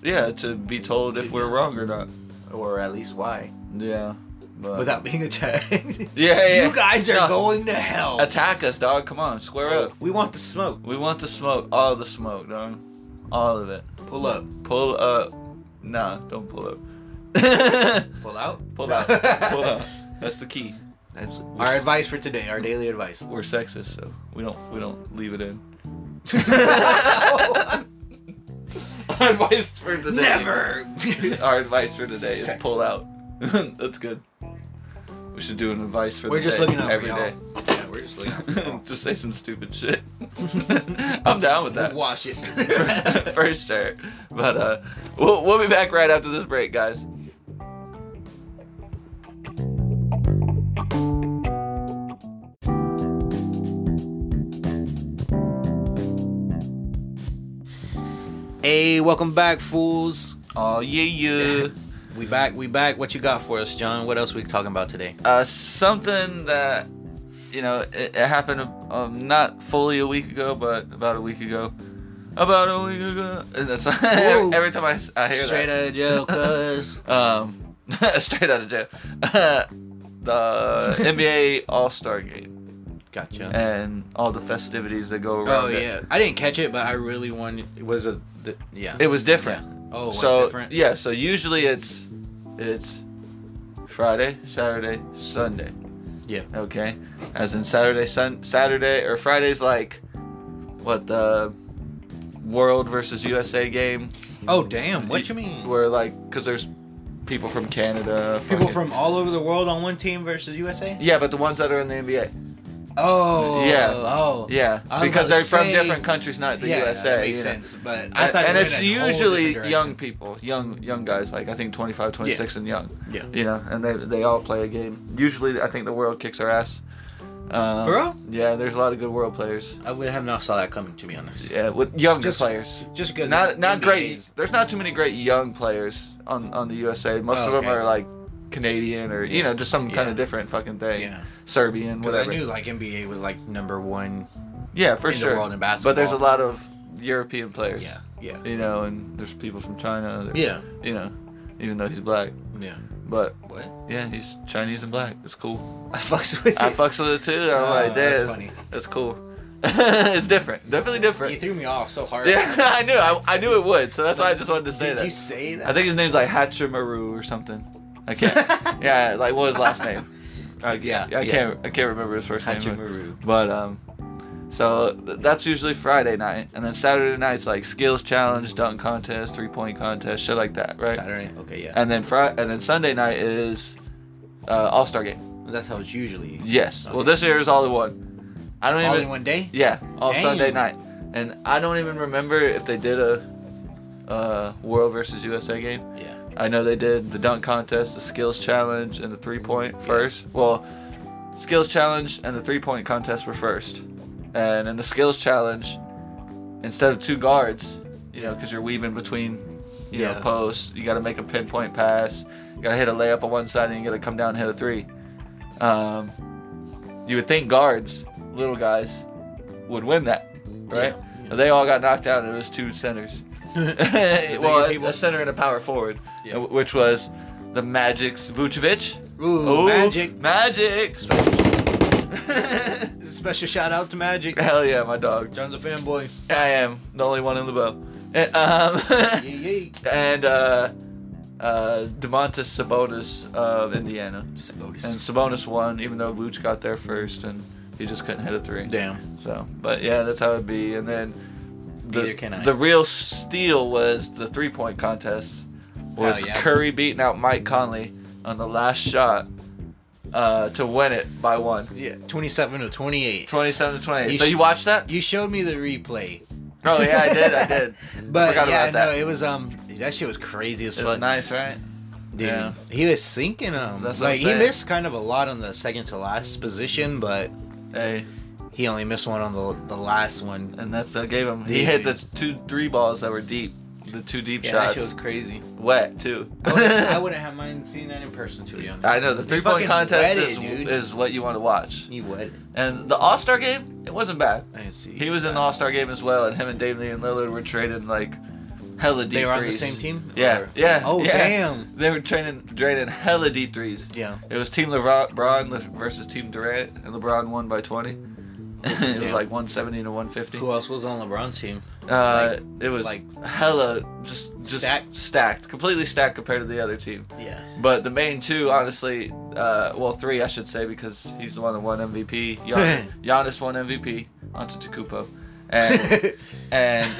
A: yeah, to be told if we're wrong or not.
B: or at least why,
A: Yeah, but
B: without being attacked.
A: yeah, yeah.
B: You guys are
A: No.
B: going to hell.
A: attack us, dog. Come on, square up.
B: We want the smoke.
A: We want the smoke, all the smoke, dog, all of it.
B: Pull up.
A: Pull up. Nah, don't pull up.
B: Pull out.
A: pull out. pull out. That's the key.
B: That's our advice for today. Our daily advice.
A: We're sexist, so we don't we don't leave it in. Our advice for today.
B: Never.
A: Our advice for today is pull out. That's good. We should do an advice for
B: We're
A: the
B: just
A: day
B: looking out
A: every
B: for
A: day.
B: y'all. Yeah, we're just looking out for y'all.
A: just say some stupid shit. I'm down with that.
B: Wash it.
A: for sure. But uh, we'll, we'll be back right after this break, guys.
B: hey, welcome back, fools.
A: Oh yeah, yeah.
B: We back. We back. What you got for us, John? What else we talking about today?
A: uh, something Uh, that you know, it, it happened um, not fully a week ago, but about a week ago. About a week ago. And that's
B: Whoa.
A: every time I, s- I hear
B: Straight
A: that.
B: out of jail, cuz.
A: Um, straight out of jail. the NBA All Star Game
B: Gotcha.
A: and all the festivities that go around.
B: Eh, Oh
A: it.
B: yeah, I didn't catch it, but I really wanted. It was a the, yeah.
A: It was different.
B: Oh, what's
A: so
B: different?
A: yeah, so usually it's it's Friday, Saturday, Sunday.
B: Yeah.
A: Okay. As in Saturday, Sun Saturday or Friday's like what the world versus USA game
B: Oh damn! What you mean?
A: where like cuz there's people from Canada,
B: People
A: fucking-
B: from all over the world on one team versus USA?
A: Yeah, but the ones that are in the NBA.
B: Oh
A: Yeah.
B: Oh
A: Yeah,
B: I was
A: because
B: about
A: they're
B: to
A: from
B: say-
A: different countries, not the
B: yeah,
A: USA.
B: That makes
A: you know.
B: sense, but I
A: And,
B: thought
A: and
B: you
A: it's
B: went in a whole
A: usually
B: different
A: young
B: direction.
A: people, young young guys, like I think 25, 26 and young.
B: Yeah.
A: you know, and they they all play a game. Usually, I think the world kicks our ass. Um,
B: For real?
A: Yeah, there's a lot of good world players.
B: I would have not saw that coming to be honest.
A: Yeah, with younger
B: Just-
A: players.
B: Just because
A: Not not great. There's not too many great young players on on the USA. Most
B: Oh,
A: of them
B: okay.
A: are like Canadian or you know just some kind
B: Yeah.
A: of different fucking thing.
B: Yeah.
A: Serbian,
B: Because I
A: whatever.
B: knew like NBA was like number one.
A: yeah, for
B: in the
A: sure.
B: world in
A: but there's a
B: basketball.
A: lot of European players.
B: Yeah. Yeah.
A: You know, and there's people from China. there's-
B: Yeah.
A: You know, even though he's black,
B: Yeah.
A: but
B: What?
A: yeah, he's Chinese and black. It's cool.
B: I fucks with
A: I
B: you.
A: fucks with it too. I'm
B: Oh,
A: like, damn,
B: that's
A: that's,
B: funny.
A: cool. it's different, definitely
B: You
A: different.
B: threw me off so hard.
A: Yeah, I knew, I, I knew it would, so that's why I just wanted to say
B: Did you
A: that.
B: say that?
A: I think his name's like Hachimaru or something. I can't. yeah, like what was his last name? I,
B: Uh, Yeah,
A: I
B: yeah.
A: can't. I can't remember his first name. but-
B: Hachimaru.
A: But um, so th- that's usually Friday night, and then Saturday night's like skills challenge, dunk contest, three point contest, shit like that, right?
B: Saturday. Okay, yeah.
A: And then Friday, and then Sunday night is uh, All Star game.
B: That's how it's usually.
A: Yes. Well,
B: Okay.
A: this year is all in one. I don't
B: All
A: even.
B: in one day.
A: Yeah, all
B: Dang.
A: Sunday night, and I don't even remember if they did a uh, World versus USA game.
B: Yeah.
A: I know they did the dunk contest, the skills challenge, and the three point first. Well, skills challenge and the three point contest were first, and in the skills challenge, instead of two guards, you know, because you're weaving between, you know,
B: Yeah.
A: posts, you got to make a pinpoint pass, you got to hit a layup on one side, and you got to come down and hit a three. Um, you would think guards, little guys, would win that, right?
B: Yeah,
A: They all got knocked out, and it was two centers. well,
B: bigger
A: a,
B: people?
A: a center and a power forward,
B: Yeah.
A: w- which was the Magic's Vucevic.
B: Ooh,
A: Ooh,
B: Magic.
A: Magic.
B: Special shout out to Magic.
A: Hell yeah, my dog.
B: John's a fanboy.
A: I am the only one in the bow. And, um,
B: Yay,
A: and uh, uh, Demontis Sabonis of Indiana. And Sabonis won, even though Vuce got there first, and he just couldn't hit a three.
B: Damn.
A: So, but yeah, that's how it'd be. And then the,
B: Neither can I.
A: the real steal was the three point contest with
B: Hell yeah.
A: Curry beating out Mike Conley on the last shot uh, to win it by one.
B: Yeah, 27 to 28.
A: 27 to 28.
B: You
A: so
B: sh-
A: you watched that?
B: You showed me the replay.
A: Oh, yeah, I did. I did.
B: But
A: forgot
B: yeah,
A: about that.
B: no, it was um that shit was crazy as
A: It was
B: fuck.
A: nice, right?
B: Dude,
A: Yeah.
B: he was sinking them.
A: That's what I'm
B: like he
A: saying.
B: missed kind of a lot on the second to last position, but
A: Hey,
B: he only missed one on the the last one.
A: and that's that gave him. He hit the two three balls that were deep, the two deep
B: Yeah, that
A: shots.
B: shit was crazy.
A: Wet too.
B: I wouldn't, I wouldn't have mind seeing that in person, to be honest.
A: I know the
B: He
A: three point
B: fucking
A: contest
B: wetted,
A: is,
B: dude.
A: is what you want to watch.
B: He wetted.
A: And the All Star game, it wasn't bad.
B: I didn't see.
A: He was in the All Star game as well, and him and Dave Lee and Lillard were trading like hella deep
B: They were on the
A: threes.
B: same team?
A: Yeah,
B: Or-
A: yeah.
B: Oh,
A: yeah.
B: damn.
A: They were training, draining hella deep threes.
B: Yeah.
A: It was Team LeBron versus Team Durant, and LeBron won by 20. it was
B: Damn.
A: like 170 to 150.
B: Who else was on LeBron's team?
A: Uh, it was
B: like-
A: hella just, just
B: Stacked?
A: stacked, completely stacked compared to the other team.
B: Yeah.
A: But the main two, honestly, uh, well, three I should say because he's the one that won MVP. Gian- Giannis won MVP. Antetokounmpo, and and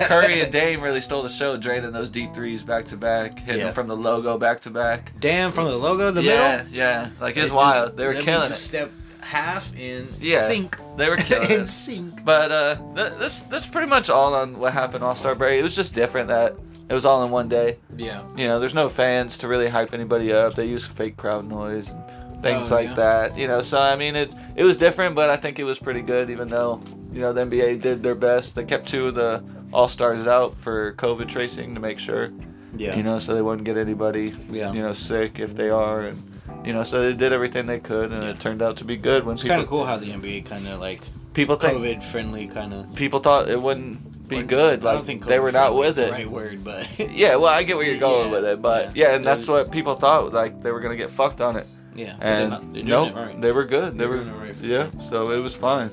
A: Curry and Dame really stole the show, draining those deep threes back to back, hitting
B: Yeah.
A: them from the logo back to back.
B: Damn, from the logo, the
A: yeah,
B: middle.
A: yeah, like
B: It
A: it's
B: just-
A: wild. they were
B: let me
A: killing
B: just
A: it.
B: Step half in.
A: Yeah.
B: Sink.
A: They were killing
B: in
A: it.
B: sink.
A: But uh, th- that's that's pretty much all on what happened All Star break. It was just different that it was all in one day.
B: Yeah.
A: you know, there's no fans to really hype anybody up. They use fake crowd noise and things
B: Oh,
A: like
B: yeah.
A: that. You know, so I mean, it it was different, but I think it was pretty good. Even though you know the NBA did their best, they kept two of the All Stars out for COVID tracing to make sure.
B: Yeah.
A: You know, so they wouldn't get anybody.
B: Yeah.
A: You know, sick if they are, and You know, so they did everything they could, and
B: Yeah.
A: it turned out to be good. When
B: It's
A: people
B: kind of cool how the NBA kind of like
A: people think
B: COVID friendly kind of.
A: people thought it wouldn't be good, like they were not with it.
B: Right word, but
A: Yeah, well, I get where you're going
B: Yeah,
A: with it, but
B: yeah.
A: yeah, and that's what people thought, like they were gonna get fucked on it,
B: yeah,
A: and
B: but they're not- they're doing
A: nope,
B: it right.
A: they were good. They
B: They're
A: were,
B: doing it right for
A: yeah, so it was fine.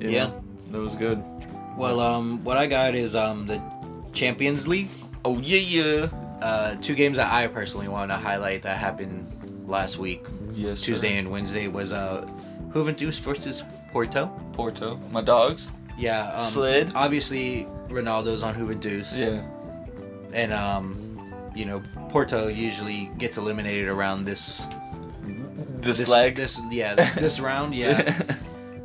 A: You
B: Yeah.
A: know, it was good.
B: Well, um, what I got is um the Champions League.
A: Oh yeah, yeah,
B: Uh, two games that I personally want to highlight that happened last week,
A: yes.
B: Tuesday
A: sir.
B: and Wednesday, was uh, Juventus versus Porto.
A: Porto, my dogs.
B: Yeah. Um,
A: Slid.
B: Obviously, Ronaldo's on Juventus.
A: Yeah,
B: And um, you know, Porto usually gets eliminated around this
A: this, leg.
B: This yeah, this, this round yeah.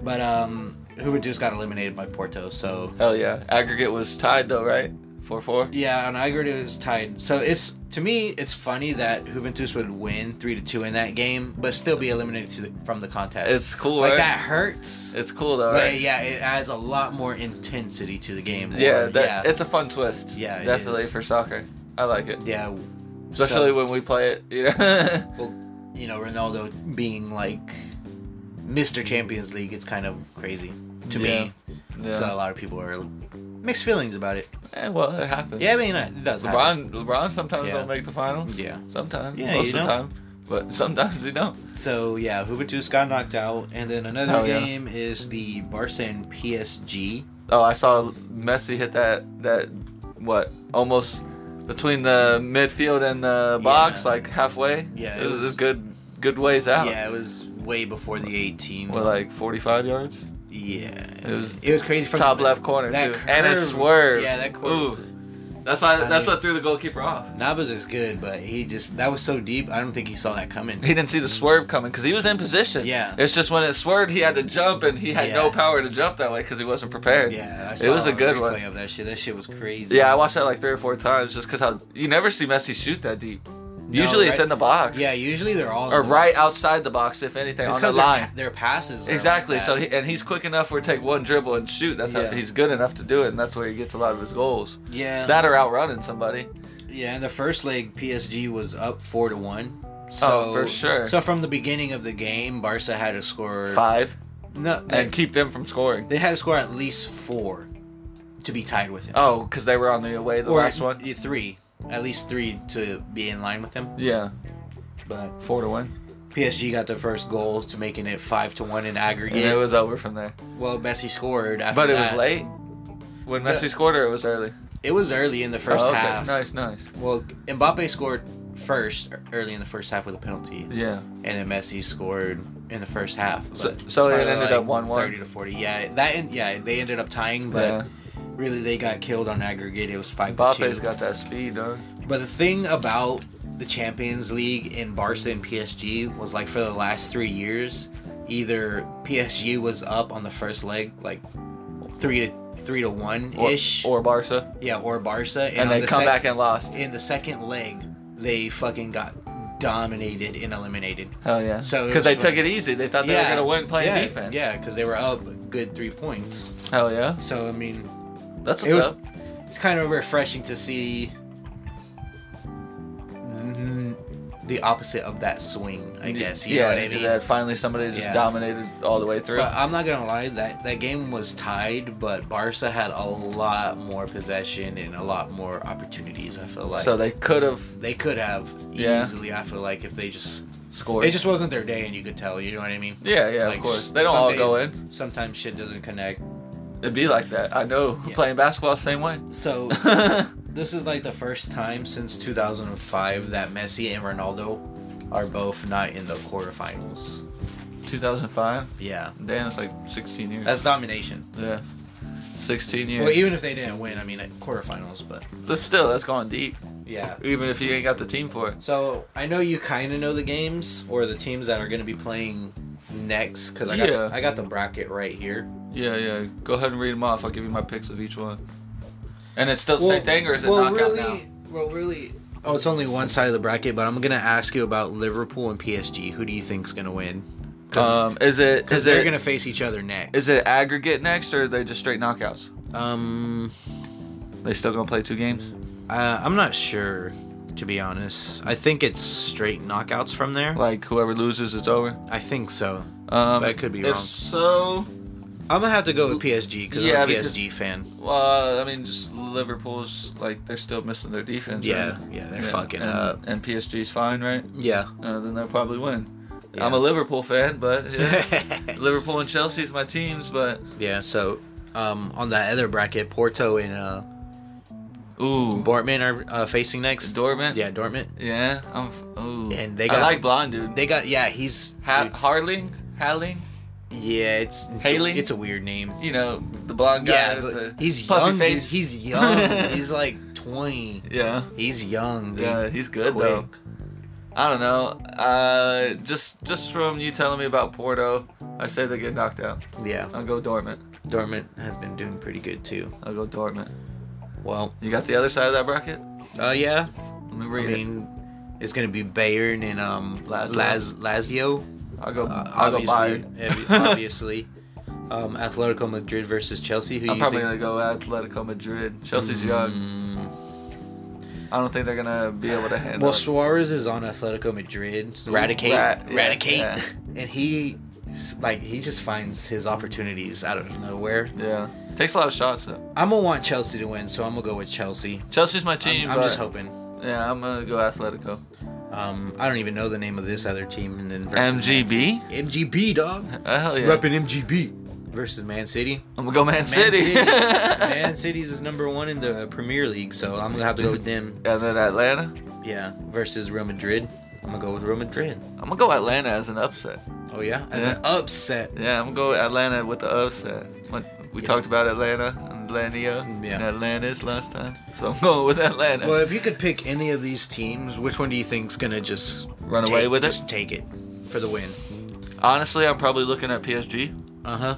B: But um, Juventus got eliminated by Porto, so
A: Hell yeah. Aggregate was tied though, right? 4 4?
B: Yeah, and Igor is tied. So it's to me, it's funny that Juventus would win three to two in that game, but still be eliminated to the, from the contest.
A: It's cool,
B: Like
A: right?
B: that hurts.
A: It's cool though,
B: but
A: right?
B: yeah, it adds a lot more intensity to the game.
A: Yeah,
B: Or-
A: that,
B: yeah,
A: it's a fun twist.
B: Yeah, it
A: definitely
B: is.
A: for soccer. I like it,
B: yeah. w-
A: especially
B: so,
A: when we play it. You know?
B: you know Ronaldo being like Mr. Champions League. It's kind of crazy to me.
A: yeah.
B: So a lot of people are mixed feelings about it.
A: Eh, well, it happens.
B: Yeah, I mean it does. happen.
A: LeBron, LeBron sometimes
B: Yeah.
A: don't make the finals.
B: Yeah.
A: Sometimes.
B: Yeah,
A: most of the
B: you don't.
A: time. But sometimes they don't.
B: So yeah, Juventus got knocked out, and then another
A: Hell yeah.
B: game is the Barca and PSG.
A: Oh, I saw Messi hit that that what almost between the midfield and the box,
B: Yeah.
A: like halfway.
B: Yeah,
A: it
B: it
A: was,
B: was-
A: a good good ways out.
B: Yeah, it was way before the 18.
A: What, like 45 yards?
B: yeah, it
A: uh, was
B: was, crazy from
A: Top
B: the-
A: left corner
B: that
A: too, and it
B: curve.
A: swerved.
B: Yeah, that
A: Ooh.
B: curve.
A: That's why.
B: I
A: that's
B: mean-
A: what threw the goalkeeper off.
B: Navas is good, but he just that was so deep. I don't think he saw that coming.
A: He didn't see the swerve coming because he was in position.
B: Yeah.
A: It's just when it swerved, he had to jump, and he had no
B: Yeah.
A: power to jump that way because he wasn't prepared.
B: yeah, I
A: It
B: saw
A: was a good one.
B: replay of that shit. That shit was crazy.
A: Yeah, I watched that like three or four times just because how you never see Messi shoot that deep.
B: No,
A: Usually it's
B: right-
A: in the box.
B: Yeah, usually they're all
A: or
B: in the
A: right
B: box.
A: outside the box, if anything,
B: It's
A: on the
B: their,
A: line.
B: pa- their passes. Are
A: Exactly.
B: Like that.
A: So he, and he's quick enough where take one dribble and shoot. That's
B: Yeah.
A: how he's good enough to do it, and that's where he gets a lot of his goals.
B: yeah,
A: That or outrunning somebody.
B: Yeah, and the first leg PSG was up four to one.
A: Oh,
B: So,
A: for sure.
B: So from the beginning of the game, Barca had to score.
A: Five
B: No,
A: and
B: they,
A: keep them from scoring.
B: they had to score at least four to be tied with him.
A: Oh, because they were on the away the
B: or
A: last one.
B: y- three, at least three to be in line with him.
A: Yeah,
B: But
A: four to one.
B: PSG got their first goal to making it five to one in
A: And
B: aggregate.
A: it was over from there.
B: well, Messi scored after
A: But it was
B: that.
A: late. When Messi
B: Yeah.
A: scored, or it was early.
B: It was early in the first
A: Oh, okay.
B: half.
A: Nice, nice.
B: Well, Mbappe scored first early in the first half with a penalty.
A: Yeah.
B: and then Messi scored in the first half.
A: So-
B: but
A: so it
B: probably
A: ended up 1-1?
B: Thirty to forty. Yeah, that en- yeah they ended up tying, but
A: Yeah.
B: really they got killed on aggregate. It was five to
A: Mbappe's
B: 2
A: got that speed, huh?
B: But the thing about the Champions League in Barca and PSG was like for the last three years, either PSG was up on the first leg like three to three to one
A: Or,
B: ish,
A: or Barca,
B: yeah, or Barca,
A: and,
B: on
A: they
B: the
A: come
B: sec-
A: back and lost.
B: in the second leg. They fucking got dominated and eliminated.
A: Hell yeah.
B: So it
A: because they
B: was
A: took it
B: fun.
A: easy, they thought they were gonna win playing
B: yeah,
A: defense.
B: Yeah, because they were up a good three points.
A: Hell yeah.
B: So I mean,
A: That's what's
B: it was
A: up.
B: it's kind of refreshing to see mm, the opposite of that swing. I guess you
A: yeah,
B: know what I mean.
A: That finally somebody just
B: Yeah.
A: dominated all the way through.
B: But I'm not gonna lie that that game was tied, but Barca had a lot more possession and a lot more opportunities. I feel like
A: so they could have
B: they could have
A: Yeah.
B: easily. I feel like if they just
A: scored.
B: it just wasn't their day, and you could tell. You know what I mean?
A: yeah, yeah,
B: Like,
A: of course.
B: s-
A: They don't
B: some
A: all
B: days-
A: go in.
B: Sometimes shit doesn't connect.
A: It'd be like that. I know.
B: Yeah.
A: Playing basketball, same way.
B: So this is like the first time since 2005 that Messi and Ronaldo are both not in the quarterfinals.
A: 2005.
B: Yeah,
A: Damn, it's like 16 years.
B: that's domination.
A: yeah, 16
B: Well, e-
A: years.
B: even if they didn't win, I mean at quarterfinals, but
A: but still, that's going deep.
B: yeah.
A: Even if you ain't got the team for it.
B: So I know you kind of know the games or the teams that are going to be playing next because I got
A: Yeah.
B: I got the bracket right here.
A: Yeah, yeah. Go ahead and read them off. I'll give you my picks of each one. And it's still the
B: well,
A: same thing, or is it
B: well,
A: knockout
B: really,
A: now?
B: Well, really. Oh, it's only one side of the bracket, but I'm gonna ask you about Liverpool and PSG. Who do you think's gonna win? Because
A: Um, is it is
B: they're
A: it
B: gonna face each other next.
A: is it aggregate next, or are they just straight knockouts?
B: Um,
A: They still gonna play two games?
B: I, I'm not Uh, sure. to be honest. I think it's straight knockouts from there.
A: Like whoever loses, it's over.
B: I think so.
A: Um,
B: That could be
A: if
B: wrong.
A: So,
B: I'm gonna have to go with PSG cause
A: Yeah,
B: I'm a
A: because-
B: PSG fan.
A: uh, I mean, just Liverpool's like they're still missing their defense. right
B: Yeah,
A: now.
B: yeah, they're
A: Yeah,
B: fucking
A: and,
B: up.
A: And PSG's fine, right?
B: Yeah.
A: Uh, then they'll probably win.
B: Yeah.
A: I'm a Liverpool fan, but yeah. Liverpool and Chelsea's my teams. But
B: yeah. So, um, on that other bracket, Porto and uh,
A: ooh,
B: Dortmund are uh, facing next.
A: Dortmund.
B: yeah, Dortmund.
A: yeah. I'm. F- ooh,
B: And they
A: I
B: got-
A: like blonde dude.
B: They got yeah. He's
A: ha- Harling, Haling.
B: dude, yeah. It's it's,
A: Haley?
B: A, it's a weird name.
A: You know the blonde guy.
B: Yeah,
A: with
B: but
A: the
B: he's
A: puffy
B: young. Dude.
A: Face.
B: He's young. he's like 20.
A: yeah,
B: He's young. Dude.
A: yeah. He's good
B: Quick.
A: though. I don't know. Uh, just just from you telling me about Porto, I say they get knocked out.
B: Yeah.
A: I'll go Dortmund.
B: Dortmund has been doing pretty good too.
A: I'll go Dortmund.
B: Well,
A: You got the other side of that bracket?
B: uh, yeah.
A: Let me
B: I
A: read it.
B: mean, it's gonna be Bayern and um
A: Lazio.
B: Laz Lazio.
A: I'll go.
B: Uh,
A: I'll go
B: obviously,
A: Bayern.
B: obvi- obviously. Um, Atletico Madrid versus Chelsea. Who
A: I'm
B: you
A: probably
B: think?
A: gonna go Atletico Madrid. Chelsea's young.
B: Mm,
A: I don't think they're gonna be able to handle.
B: well,
A: it.
B: Suarez is on Atletico Madrid.
A: Ooh,
B: Radicate,
A: rat- yeah,
B: radicate,
A: yeah.
B: and he, like, he just finds his opportunities out of nowhere.
A: Yeah, takes a lot of shots though.
B: I'm gonna want Chelsea to win, so I'm gonna go with Chelsea.
A: Chelsea's my
B: I'm-
A: team.
B: I'm,
A: but-
B: just hoping.
A: Yeah, I'm gonna go Atletico.
B: Um, I don't even know the name of this other team. And then versus
A: MGB?
B: Man City. MGB dog.
A: Oh, hell yeah.
B: Repping MGB versus Man City.
A: I'm gonna go Man, City.
B: Man City's is number one in the uh, Premier League, so I'm gonna have to go with them.
A: and then Atlanta.
B: Yeah, versus Real Madrid. I'm gonna go with Real Madrid.
A: I'm gonna go Atlanta as an upset.
B: Oh yeah, as
A: Yeah.
B: an upset.
A: Yeah, I'm gonna go Atlanta with the upset. When- we
B: Yeah.
A: talked about Atlanta and Atlanta
B: Yeah.
A: and Atlantis last time, so I'm going with Atlanta.
B: Well, if you could pick any of these teams, which one do you think's gonna just
A: Run
B: take-
A: away with it?
B: Just take it for the win.
A: Honestly, I'm probably looking at PSG
B: Uh huh.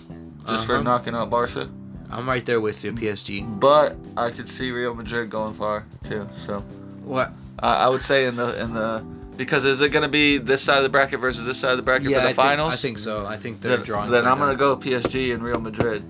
A: just for knocking out Barca,
B: I'm right there with you, PSG.
A: but I could see Real Madrid going far too. So
B: What?
A: I I would say in the in the because is it gonna be this side of the bracket versus this side of the bracket for the
B: I
A: finals?
B: Think, I think so. I think they're
A: Then,
B: drawing.
A: then I'm
B: something.
A: gonna go PSG and Real Madrid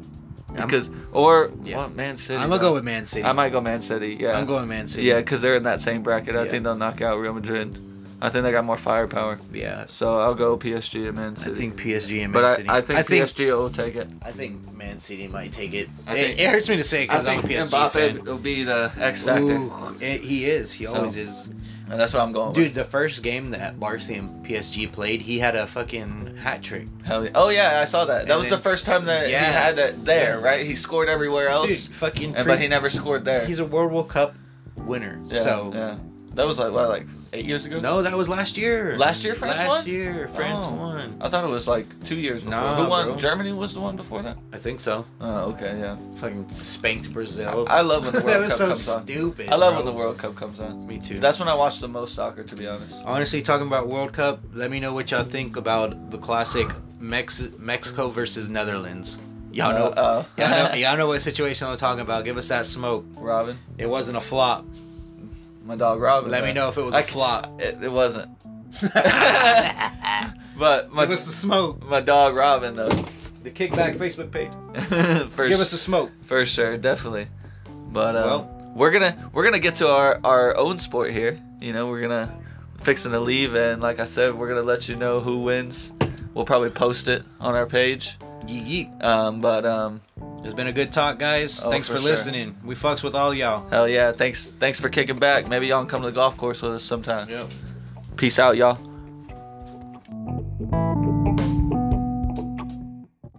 B: I'm-
A: because or
B: Yeah.
A: what Man City.
B: I'm gonna
A: bro.
B: go with Man City.
A: I might go Man City. Yeah.
B: I'm going Man City.
A: Yeah, because they're in that same bracket. I
B: Yeah.
A: think they'll knock out Real Madrid. I think they got more firepower.
B: yeah.
A: So I'll go PSG and Man
B: I
A: City.
B: think PSG and Man
A: but I,
B: City.
A: I think
B: I think,
A: PSG will take it.
B: I think Man City might take it.
A: I
B: it,
A: think-
B: it hurts me to say because I'm a PSG
A: Mbappe
B: fan.
A: will be the X factor,
B: Ooh, it- he is. He
A: So-
B: always is.
A: and that's what I'm going
B: Dude, the first game that Barca and PSG played, he had a fucking hat trick.
A: with. Hell yeah. Oh yeah, I saw that. That
B: And
A: was
B: then-
A: the first time that
B: yeah.
A: he had that there,
B: Yeah.
A: right? He scored everywhere
B: Dude,
A: else,
B: fucking.
A: and,
B: pre-
A: but he never scored there.
B: he's a World World Cup winner.
A: Yeah,
B: so
A: yeah, that was like what, like eight years ago.
B: no, that was last year.
A: Last year France
B: last
A: won?
B: year France
A: Oh.
B: won.
A: I thought it was like two years before.
B: Nah,
A: Who won?
B: bro.
A: Germany was the one before that.
B: I think so.
A: Oh, okay, yeah.
B: Fucking spanked Brazil.
A: I love when the
B: that
A: World
B: was
A: Cup
B: so
A: comes
B: stupid.
A: on. I love
B: bro.
A: when the World Cup comes on.
B: Me too.
A: That's when I watch the most soccer, to be honest.
B: Honestly, talking about World Cup, let me know what y'all think about the classic Mex- Mexico versus Netherlands. Y'all know,
A: Uh, uh.
B: y'all know, y'all know what situation I'm talking about. Give us that smoke.
A: Robin,
B: It wasn't a flop.
A: my dog Robin.
B: Let me
A: man.
B: know if it was
A: I
B: a
A: c-
B: flop.
A: It, it wasn't.
B: Give
A: But my
B: us the smoke.
A: my dog Robin though.
B: The kickback Facebook page.
A: for
B: Give us the smoke.
A: for sure, definitely. But uh,
B: Well-
A: we're gonna we're gonna get to our our own sport here. You know, we're gonna fixing to leave, and like I said, we're gonna let you know who wins. We'll probably post it on our page.
B: Yeet yeet.
A: Um, but um,
B: It's been a good talk, guys.
A: Oh,
B: Thanks
A: for
B: for,
A: sure.
B: listening. We fucks with all y'all.
A: hell yeah, thanks thanks for kicking back. Maybe y'all can come to the golf course with us sometime.
B: Yep.
A: Peace out, y'all.